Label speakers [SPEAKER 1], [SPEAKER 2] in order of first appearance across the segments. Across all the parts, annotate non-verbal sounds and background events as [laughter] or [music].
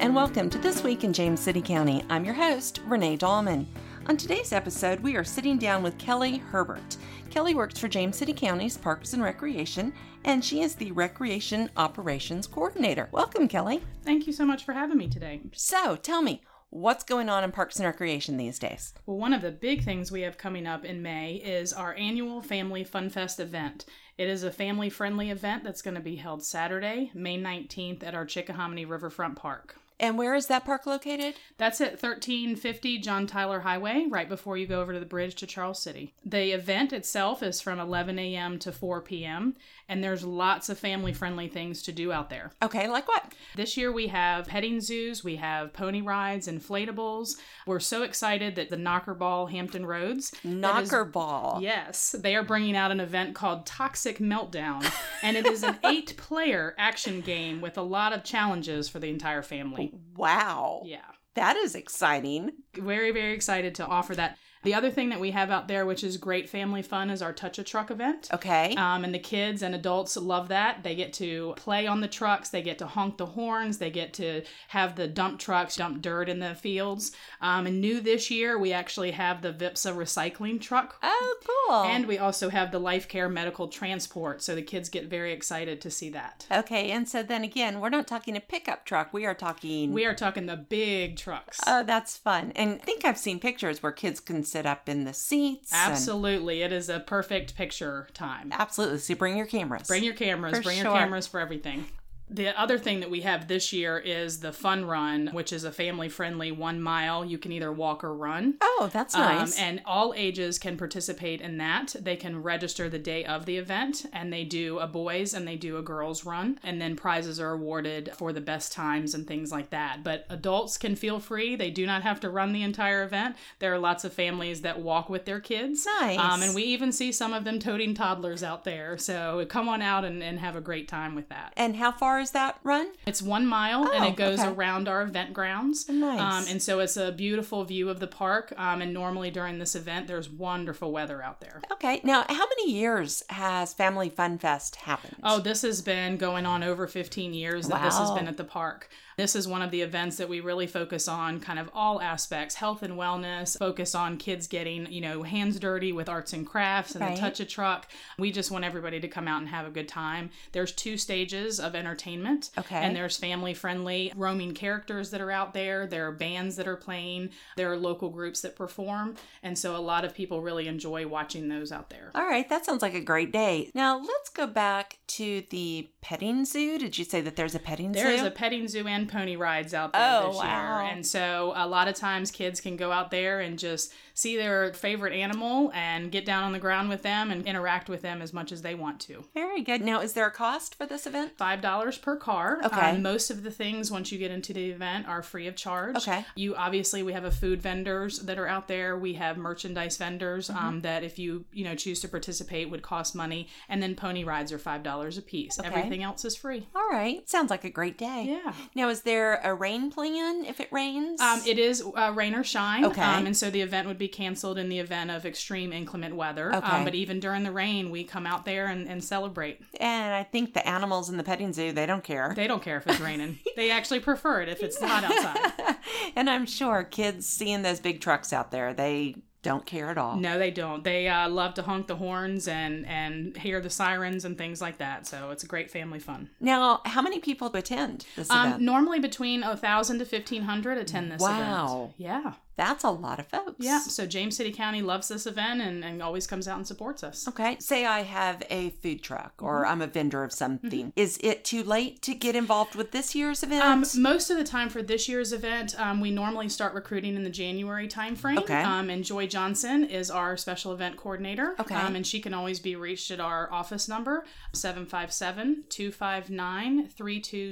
[SPEAKER 1] and welcome to This Week in James City County. I'm your host, Renee Dahlman. On today's episode, we are sitting down with Kelly Herbert. Kelly works for James City County's Parks and Recreation, and she is the Recreation Operations Coordinator. Welcome, Kelly.
[SPEAKER 2] Thank you so much for having me today.
[SPEAKER 1] So, tell me, what's going on in Parks and Recreation these days?
[SPEAKER 2] Well, one of the big things we have coming up in May is our annual Family Fun Fest event. It is a family friendly event that's going to be held Saturday, May 19th at our Chickahominy Riverfront Park.
[SPEAKER 1] And where is that park located?
[SPEAKER 2] That's at 1350 John Tyler Highway, right before you go over to the bridge to Charles City. The event itself is from 11 a.m. to 4 p.m., and there's lots of family friendly things to do out there.
[SPEAKER 1] Okay, like what?
[SPEAKER 2] This year we have petting zoos, we have pony rides, inflatables. We're so excited that the Knockerball Hampton Roads. that is-
[SPEAKER 1] Knocker ball.
[SPEAKER 2] Yes, they are bringing out an event called Toxic Meltdown, and it
[SPEAKER 1] [laughs]
[SPEAKER 2] is an eight player action game with a lot of challenges for the entire family.
[SPEAKER 1] Wow.
[SPEAKER 2] Yeah.
[SPEAKER 1] That is exciting.
[SPEAKER 2] Very, very excited to offer that. The other thing that we have out there, which is great family fun, is our Touch a Truck event.
[SPEAKER 1] Okay.
[SPEAKER 2] Um, and the kids and adults love that. They get to play on the trucks, they get to honk the horns, they get to have the dump trucks dump dirt in the fields. Um, and new this year, we actually have the VIPSA recycling truck.
[SPEAKER 1] oh, cool.
[SPEAKER 2] And we also have the life care medical transport, so the kids get very excited to see that.
[SPEAKER 1] Okay, and so then again, we're not talking a pickup truck. We are talking.
[SPEAKER 2] We are talking the big trucks.
[SPEAKER 1] Oh, that's fun. And I think I've seen pictures where kids can sit up in the seats. and-
[SPEAKER 2] Absolutely. It is a perfect picture time.
[SPEAKER 1] absolutely. So bring your cameras.
[SPEAKER 2] Bring your cameras,
[SPEAKER 1] For
[SPEAKER 2] bring
[SPEAKER 1] sure.
[SPEAKER 2] your cameras for everything. The other thing that we have this year is the fun run, which is a family friendly one mile. You can either walk or run.
[SPEAKER 1] Oh, that's nice.
[SPEAKER 2] Um, and all ages can participate in that. They can register the day of the event, and they do a boys and they do a girls run, and then prizes are awarded for the best times and things like that. But adults can feel free; they do not have to run the entire event. There are lots of families that walk with their kids.
[SPEAKER 1] Nice.
[SPEAKER 2] Um, and we even see some of them toting toddlers out there. So come on out and, and have a great time with that.
[SPEAKER 1] And how far is that run?
[SPEAKER 2] It's one mile and
[SPEAKER 1] Oh,
[SPEAKER 2] it goes
[SPEAKER 1] okay.
[SPEAKER 2] around our event grounds.
[SPEAKER 1] Nice.
[SPEAKER 2] Um, and so it's a beautiful view of the park. Um, and normally during this event, there's wonderful weather out there.
[SPEAKER 1] Okay. Now, how many years has Family Fun Fest happened?
[SPEAKER 2] Oh, this has been going on over 15 years that this has
[SPEAKER 1] Wow.
[SPEAKER 2] been at the park. This is one of the events that we really focus on kind of all aspects health and wellness, focus on kids getting, you know, hands dirty with arts and crafts and
[SPEAKER 1] Right.
[SPEAKER 2] the touch a truck. We just want everybody to come out and have a good time. There's two stages of entertainment.
[SPEAKER 1] Okay.
[SPEAKER 2] And there's family friendly roaming characters that are out there. There are bands that are playing. There are local groups that perform. And so a lot of people really enjoy watching those out there.
[SPEAKER 1] All right. That sounds like a great day. Now, let's go back to the petting zoo. Did you say that there's a petting zoo?
[SPEAKER 2] There is a petting zoo and pony rides out there
[SPEAKER 1] Oh,
[SPEAKER 2] this
[SPEAKER 1] wow.
[SPEAKER 2] year. And so a lot of times kids can go out there and just see their favorite animal and get down on the ground with them and interact with them as much as they want to.
[SPEAKER 1] Very good. Now, is there a cost for this event?
[SPEAKER 2] Five dollars per car.
[SPEAKER 1] Okay.
[SPEAKER 2] Um, most of the things once you get into the event are free of charge.
[SPEAKER 1] Okay.
[SPEAKER 2] You obviously we have a food vendors that are out there. We have merchandise vendors
[SPEAKER 1] Mm-hmm.
[SPEAKER 2] um, that if you you know choose to participate would cost money. And then pony rides are five dollars a piece.
[SPEAKER 1] Okay.
[SPEAKER 2] Everything else is free.
[SPEAKER 1] All right. Sounds like a great day.
[SPEAKER 2] Yeah.
[SPEAKER 1] Now, is there a rain plan if it rains?
[SPEAKER 2] Um, it is uh, rain or shine.
[SPEAKER 1] Okay.
[SPEAKER 2] Um, and so the event would be canceled in the event of extreme inclement weather.
[SPEAKER 1] Okay.
[SPEAKER 2] Um, but even during the rain, we come out there and, and celebrate.
[SPEAKER 1] And I think the animals in the petting zoo, they don't care.
[SPEAKER 2] They don't care if it's raining, they actually prefer it if it's hot outside.
[SPEAKER 1] [laughs] and I'm sure kids seeing those big trucks out there, they don't care at all.
[SPEAKER 2] No, they don't. They uh, love to honk the horns and, and hear the sirens and things like that. So it's a great family fun.
[SPEAKER 1] Now, how many people attend this
[SPEAKER 2] Um,
[SPEAKER 1] event?
[SPEAKER 2] normally between 1,000 to 1,500 attend this
[SPEAKER 1] Wow.
[SPEAKER 2] event. Yeah.
[SPEAKER 1] That's a lot of folks.
[SPEAKER 2] Yeah. So James City County loves this event and, and always comes out and supports us.
[SPEAKER 1] Okay. Say I have a food truck or
[SPEAKER 2] Mm-hmm.
[SPEAKER 1] I'm a vendor of something. Is it too late to get involved with this year's event?
[SPEAKER 2] Um, most of the time for this year's event, um, we normally start recruiting in the January timeframe.
[SPEAKER 1] Okay.
[SPEAKER 2] Um, and Joy Johnson is our special event coordinator.
[SPEAKER 1] Okay.
[SPEAKER 2] Um, and she can always be reached at our office number, 757 259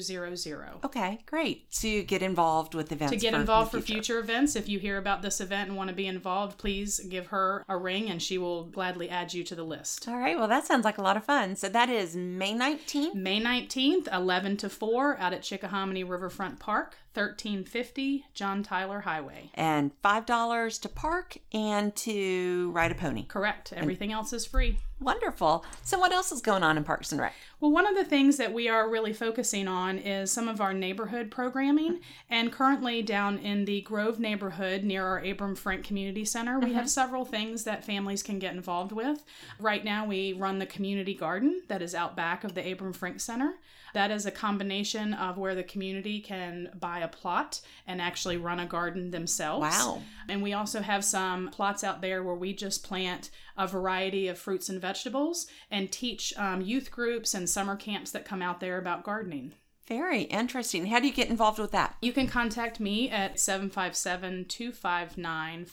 [SPEAKER 2] 3200.
[SPEAKER 1] okay, great. To get involved with events.
[SPEAKER 2] To get
[SPEAKER 1] for
[SPEAKER 2] involved
[SPEAKER 1] the
[SPEAKER 2] for future events, if you hear about this event and want to be involved, please give her a ring and she will gladly add you to the list.
[SPEAKER 1] All right. Well, that sounds like a lot of fun. So that is May 19th.
[SPEAKER 2] May 19th, 11 to 4, out at Chickahominy Riverfront Park, 1350 John Tyler Highway.
[SPEAKER 1] and five dollars to park and to ride a pony.
[SPEAKER 2] Correct. Everything else is free.
[SPEAKER 1] Wonderful. So, what else is going on in Parks and Rec?
[SPEAKER 2] Well, one of the things that we are really focusing on is some of our neighborhood programming. And currently, down in the Grove neighborhood near our Abram Frank Community Center, we have several things that families can get involved with. Right now, we run the community garden that is out back of the Abram Frank Center. That is a combination of where the community can buy a plot and actually run a garden themselves.
[SPEAKER 1] Wow.
[SPEAKER 2] And we also have some plots out there where we just plant a variety of fruits and vegetables and teach um, youth groups and summer camps that come out there about gardening.
[SPEAKER 1] Very interesting. How do you get involved with that?
[SPEAKER 2] You can contact me at 757 259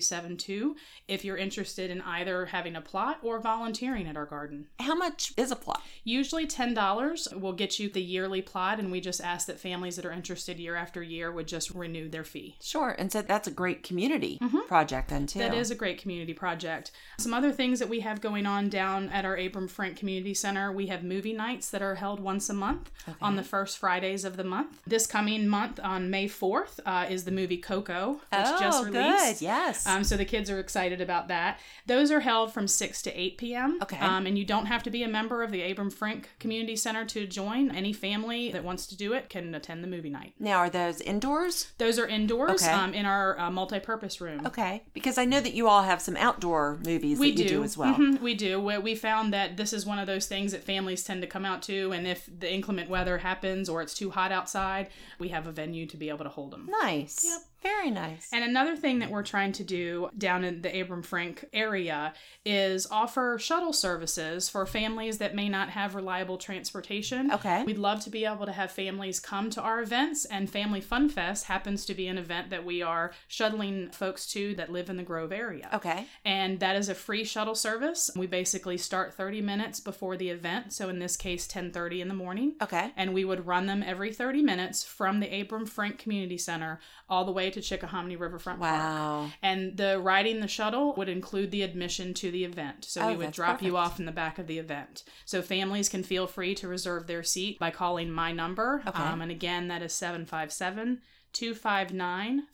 [SPEAKER 2] 5372 if you're interested in either having a plot or volunteering at our garden.
[SPEAKER 1] How much is a plot?
[SPEAKER 2] Usually $10 will get you the yearly plot, and we just ask that families that are interested year after year would just renew their fee.
[SPEAKER 1] Sure. And so that's a great community project then too.
[SPEAKER 2] That is a great community project. Some other things that we have going on down at our Abram Frank Community Center, we have movie nights that are held once a month on the first Fridays of the month. This coming month on May 4th uh, is the movie Coco, which
[SPEAKER 1] oh,
[SPEAKER 2] just released.
[SPEAKER 1] good. Yes.
[SPEAKER 2] Um, so the kids are excited about that. Those are held from 6 to 8 p.m.
[SPEAKER 1] Okay.
[SPEAKER 2] Um, and you don't have to be a member of the Abram Frank Community Center to join. Any family that wants to do it can attend the movie night.
[SPEAKER 1] now, are those indoors?
[SPEAKER 2] Those are indoors
[SPEAKER 1] Okay.
[SPEAKER 2] um, in our uh, multi-purpose room.
[SPEAKER 1] Okay, because I know that you all have some outdoor movies
[SPEAKER 2] we
[SPEAKER 1] that you do, Mm-hmm. as well.
[SPEAKER 2] Mhm, we do. We, we found that this is one of those things that families tend to come out to, and if the inclement weather happens or it's too hot outside, we have a venue to be able to hold them.
[SPEAKER 1] Nice.
[SPEAKER 2] Yep.
[SPEAKER 1] Very nice.
[SPEAKER 2] And another thing that we're trying to do down in the Abram Frank area is offer shuttle services for families that may not have reliable transportation.
[SPEAKER 1] Okay.
[SPEAKER 2] We'd love to be able to have families come to our events, and Family Fun Fest happens to be an event that we are shuttling folks to that live in the Grove area.
[SPEAKER 1] okay.
[SPEAKER 2] And that is a free shuttle service. We basically start 30 minutes before the event, so in this case 10:30 in the morning.
[SPEAKER 1] Okay.
[SPEAKER 2] And we would run them every 30 minutes from the Abram Frank Community Center all the way to Chickahominy Riverfront Park.
[SPEAKER 1] Wow.
[SPEAKER 2] And the riding the shuttle would include the admission to the event. So
[SPEAKER 1] Oh,
[SPEAKER 2] we would
[SPEAKER 1] that's
[SPEAKER 2] drop
[SPEAKER 1] perfect.
[SPEAKER 2] you off in the back of the event. So families can feel free to reserve their seat by calling my number.
[SPEAKER 1] Okay.
[SPEAKER 2] Um, and again, that is 757 259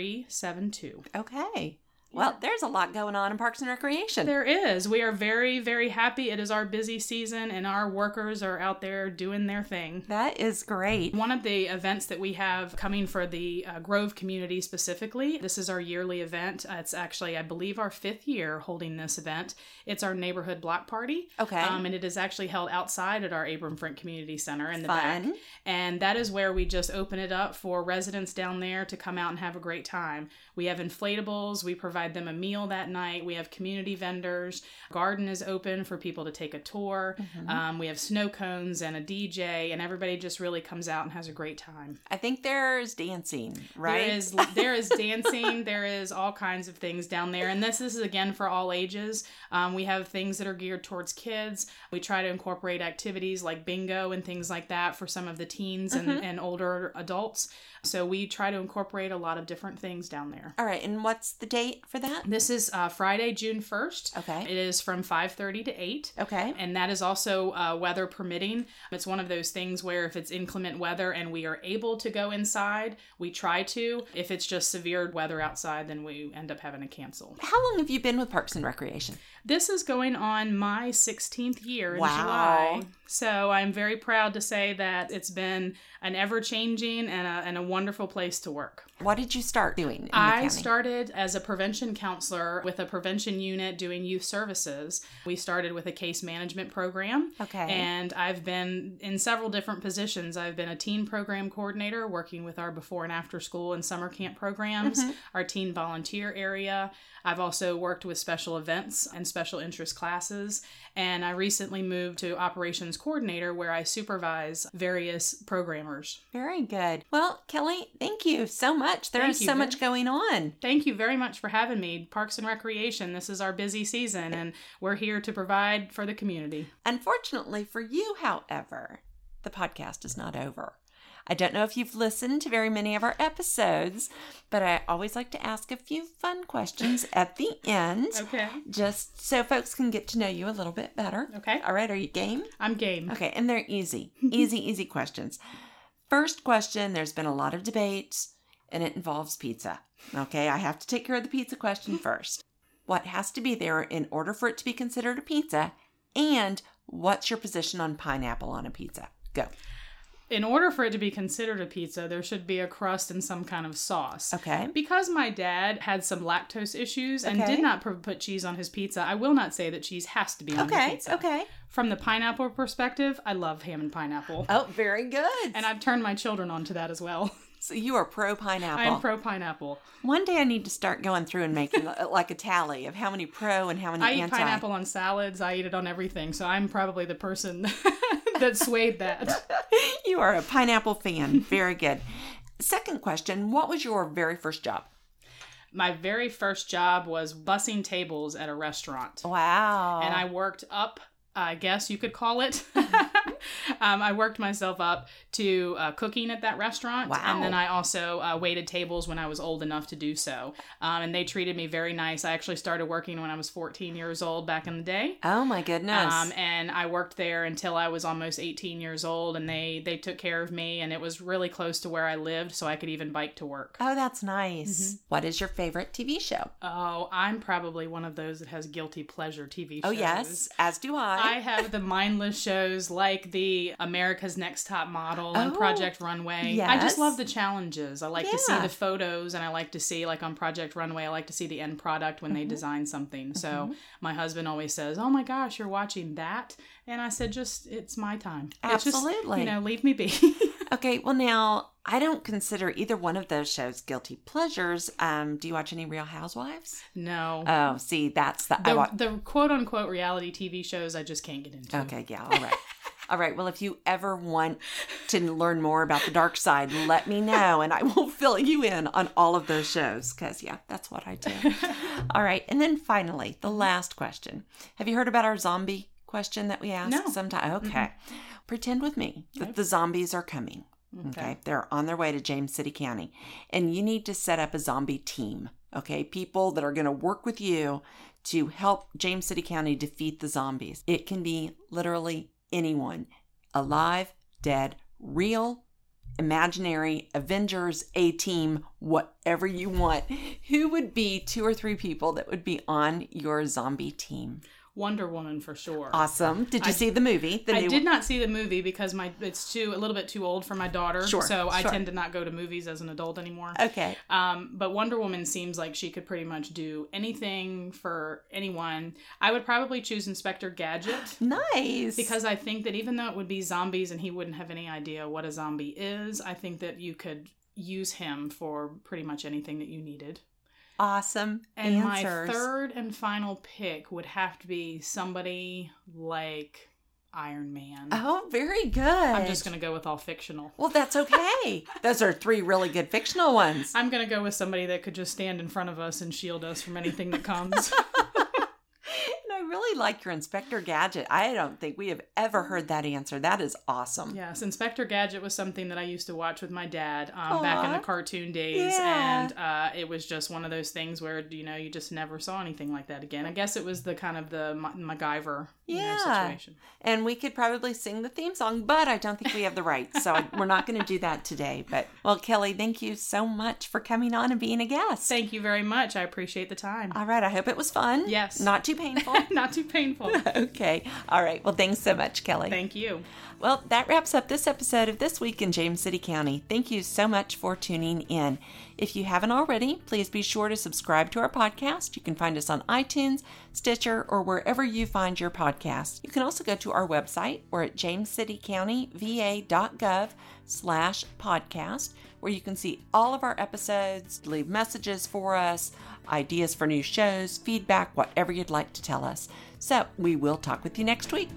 [SPEAKER 2] 5372.
[SPEAKER 1] Okay. Well, there's a lot going on in Parks and Recreation.
[SPEAKER 2] There is. We are very, very happy. It is our busy season, and our workers are out there doing their thing.
[SPEAKER 1] that is great.
[SPEAKER 2] One of the events that we have coming for the uh, Grove community specifically, this is our yearly event. Uh, it's actually, I believe, our fifth year holding this event. It's our neighborhood block party.
[SPEAKER 1] Okay.
[SPEAKER 2] Um, and it is actually held outside at our Abram Frank Community Center in the back.
[SPEAKER 1] Fun.
[SPEAKER 2] And that is where we just open it up for residents down there to come out and have a great time. We have inflatables, we provide them a meal that night, we have community vendors, garden is open for people to take a tour, um, we have snow cones and a DJ, and everybody just really comes out and has a great time.
[SPEAKER 1] I think there's dancing, right?
[SPEAKER 2] There is there is dancing, there is all kinds of things down there, and this this is again for all ages. Um, we have things that are geared towards kids. We try to incorporate activities like bingo and things like that for some of the teens and,
[SPEAKER 1] Mm-hmm.
[SPEAKER 2] and older adults. So we try to incorporate a lot of different things down there.
[SPEAKER 1] All right. And what's the date for that?
[SPEAKER 2] This is uh, Friday, June first.
[SPEAKER 1] Okay.
[SPEAKER 2] It is from five thirty to eight.
[SPEAKER 1] Okay.
[SPEAKER 2] And that is also uh, weather permitting. It's one of those things where if it's inclement weather and we are able to go inside, we try to. If it's just severe weather outside, then we end up having to cancel.
[SPEAKER 1] How long have you been with Parks and Recreation?
[SPEAKER 2] This is going on my 16th year in
[SPEAKER 1] Wow.
[SPEAKER 2] July. So I'm very proud to say that it's been an ever changing and a, and a wonderful place to work.
[SPEAKER 1] What did you start doing? In the
[SPEAKER 2] I
[SPEAKER 1] county?
[SPEAKER 2] started as a prevention counselor with a prevention unit doing youth services. We started with a case management program.
[SPEAKER 1] Okay.
[SPEAKER 2] And I've been in several different positions. I've been a teen program coordinator, working with our before and after school and summer camp programs,
[SPEAKER 1] Mm-hmm.
[SPEAKER 2] our teen volunteer area. I've also worked with special events and special interest classes. And I recently moved to operations coordinator, where I supervise various programmers.
[SPEAKER 1] Very good. Well, Kelly, thank you so much. There
[SPEAKER 2] Thank
[SPEAKER 1] is
[SPEAKER 2] you
[SPEAKER 1] so
[SPEAKER 2] very-
[SPEAKER 1] much going on.
[SPEAKER 2] Thank you very much for having me. Parks and Recreation, this is our busy season, and we're here to provide for the community.
[SPEAKER 1] Unfortunately for you, however, the podcast is not over. I don't know if you've listened to very many of our episodes, but I always like to ask a few fun questions at the end,
[SPEAKER 2] Okay.
[SPEAKER 1] just so folks can get to know you a little bit better.
[SPEAKER 2] Okay.
[SPEAKER 1] All right, are you
[SPEAKER 2] [laughs]
[SPEAKER 1] game?
[SPEAKER 2] I'm game.
[SPEAKER 1] Okay, and they're
[SPEAKER 2] [laughs]
[SPEAKER 1] easy, easy, easy questions. First question there's been a lot of
[SPEAKER 2] [laughs]
[SPEAKER 1] debate, and it involves pizza. Okay, I have to take care of the pizza question first. what has to be there in order for it to be considered a pizza, and what's your position on pineapple on a pizza. Go.
[SPEAKER 2] in order for it to be considered a pizza, there should be a crust and some kind of sauce.
[SPEAKER 1] Okay.
[SPEAKER 2] Because my dad had some lactose issues and
[SPEAKER 1] Okay.
[SPEAKER 2] did not pr- put cheese on his pizza, I will not say that cheese has to be on the
[SPEAKER 1] Okay.
[SPEAKER 2] pizza.
[SPEAKER 1] Okay.
[SPEAKER 2] From the pineapple perspective, I love ham and pineapple.
[SPEAKER 1] Oh, very good.
[SPEAKER 2] And I've turned my children onto that as well. [laughs]
[SPEAKER 1] so you are pro pineapple.
[SPEAKER 2] I am pro pineapple.
[SPEAKER 1] One day I need to start going through and making uh, like a tally of how many pro and how many
[SPEAKER 2] I eat
[SPEAKER 1] anti.
[SPEAKER 2] pineapple on salads, I eat it on everything, so I'm probably the person [laughs] that swayed that. [laughs]
[SPEAKER 1] You are a pineapple fan. Very good. Second question What was your very first job?
[SPEAKER 2] My very first job was bussing tables at a restaurant.
[SPEAKER 1] Wow.
[SPEAKER 2] and I worked up. I guess you could call it. [laughs] um, I worked myself up to uh, cooking at that restaurant,
[SPEAKER 1] Wow.
[SPEAKER 2] and then I also uh, waited tables when I was old enough to do so. Um, and they treated me very nice. I actually started working when I was 14 years old back in the day.
[SPEAKER 1] Oh my goodness.
[SPEAKER 2] Um, and I worked there until I was almost 18 years old, and they they took care of me, and it was really close to where I lived, so I could even bike to work.
[SPEAKER 1] oh, that's nice. What is your favorite TV show?
[SPEAKER 2] Oh, I'm probably one of those that has guilty pleasure TV shows.
[SPEAKER 1] Oh, yes, as do I.
[SPEAKER 2] I have the mindless shows like the America's Next Top Model and
[SPEAKER 1] Oh,
[SPEAKER 2] Project Runway. I
[SPEAKER 1] yes.
[SPEAKER 2] just love the challenges. I like to see
[SPEAKER 1] Yeah.
[SPEAKER 2] the photos and I like to see like on Project Runway, I like to see the end product when they
[SPEAKER 1] Mm-hmm.
[SPEAKER 2] design something. So my husband always says, "Oh my gosh, you're watching that." And I said, "Just it's my time." It's just,
[SPEAKER 1] Absolutely.
[SPEAKER 2] you know, leave me be. [laughs]
[SPEAKER 1] okay, well, now I don't consider either one of those shows guilty pleasures. Um, do you watch any Real Housewives?
[SPEAKER 2] no.
[SPEAKER 1] Oh, see, that's the. I
[SPEAKER 2] the,
[SPEAKER 1] watch.
[SPEAKER 2] the quote unquote reality TV shows I just can't get into.
[SPEAKER 1] Okay, yeah, all right. [laughs] All right. Well, if you ever want to learn more about the dark side, let me know and I will [laughs] fill you in on all of those shows because, yeah, that's what I do. All right. And then finally, the last question Have you heard about our zombie question that we ask
[SPEAKER 2] No.
[SPEAKER 1] sometime? Okay. Pretend with me that the zombies are coming. Okay. They're on their way to James City County and you need to set up a zombie team. Okay. People that are going to work with you to help James City County defeat the zombies. It can be literally anyone alive, dead, real, imaginary, Avengers, A team, whatever you want. Who would be two or three people that would be on your zombie team?
[SPEAKER 2] Wonder Woman for sure.
[SPEAKER 1] Awesome. Did you
[SPEAKER 2] I-
[SPEAKER 1] see the movie? The
[SPEAKER 2] I
[SPEAKER 1] new
[SPEAKER 2] did not see the movie because my it's too a little bit too old for my daughter.
[SPEAKER 1] Sure,
[SPEAKER 2] So I
[SPEAKER 1] sure. Uh,
[SPEAKER 2] tend to not go to movies as an adult anymore.
[SPEAKER 1] Okay.
[SPEAKER 2] Um, but Wonder Woman seems like she could pretty much do anything for anyone. I would probably choose Inspector Gadget
[SPEAKER 1] Nice.
[SPEAKER 2] because I think that even though it would be zombies and he wouldn't have any idea what a zombie is, I think that you could use him for pretty much anything that you needed.
[SPEAKER 1] awesome
[SPEAKER 2] And
[SPEAKER 1] answers.
[SPEAKER 2] my third and final pick would have to be somebody like Iron Man.
[SPEAKER 1] oh, very good.
[SPEAKER 2] I'm just going to go with all fictional.
[SPEAKER 1] Well, that's okay. Those are three really good fictional ones.
[SPEAKER 2] I'm going to go with somebody that could just stand in front of us and shield us from anything that
[SPEAKER 1] [laughs]
[SPEAKER 2] comes.
[SPEAKER 1] And I really like your Inspector Gadget. I don't think we have ever heard that answer. That is awesome.
[SPEAKER 2] yes, Inspector Gadget was something that I used to watch with my dad um, back in
[SPEAKER 1] Aw.
[SPEAKER 2] the cartoon days.
[SPEAKER 1] Yeah.
[SPEAKER 2] And uh, it was just one of those things where, you know, you just never saw anything like that again. I guess it was the kind of the Ma- MacGyver you know,
[SPEAKER 1] Yeah.
[SPEAKER 2] situation.
[SPEAKER 1] And we could probably sing the theme song, but I don't think we have the rights. So I- we're not going to do that today. But, well, Kelly, thank you so much for coming on and being a guest.
[SPEAKER 2] Thank you very much. I appreciate the time. [laughs]
[SPEAKER 1] All right. I hope it was fun.
[SPEAKER 2] Yes.
[SPEAKER 1] Not too painful. [laughs]
[SPEAKER 2] Not too painful.
[SPEAKER 1] okay. All right. Well, thanks so much, Kelly.
[SPEAKER 2] Thank you.
[SPEAKER 1] Well, that wraps up this episode of This Week in James City County. Thank you so much for tuning in. If you haven't already, please be sure to subscribe to our podcast. You can find us on iTunes, Stitcher, or wherever you find your podcast. You can also go to our website. We're at jamescitycountyva.gov slash podcast, where you can see all of our episodes, leave messages for us, ideas for new shows, feedback, whatever you'd like to tell us. So we will talk with you next week.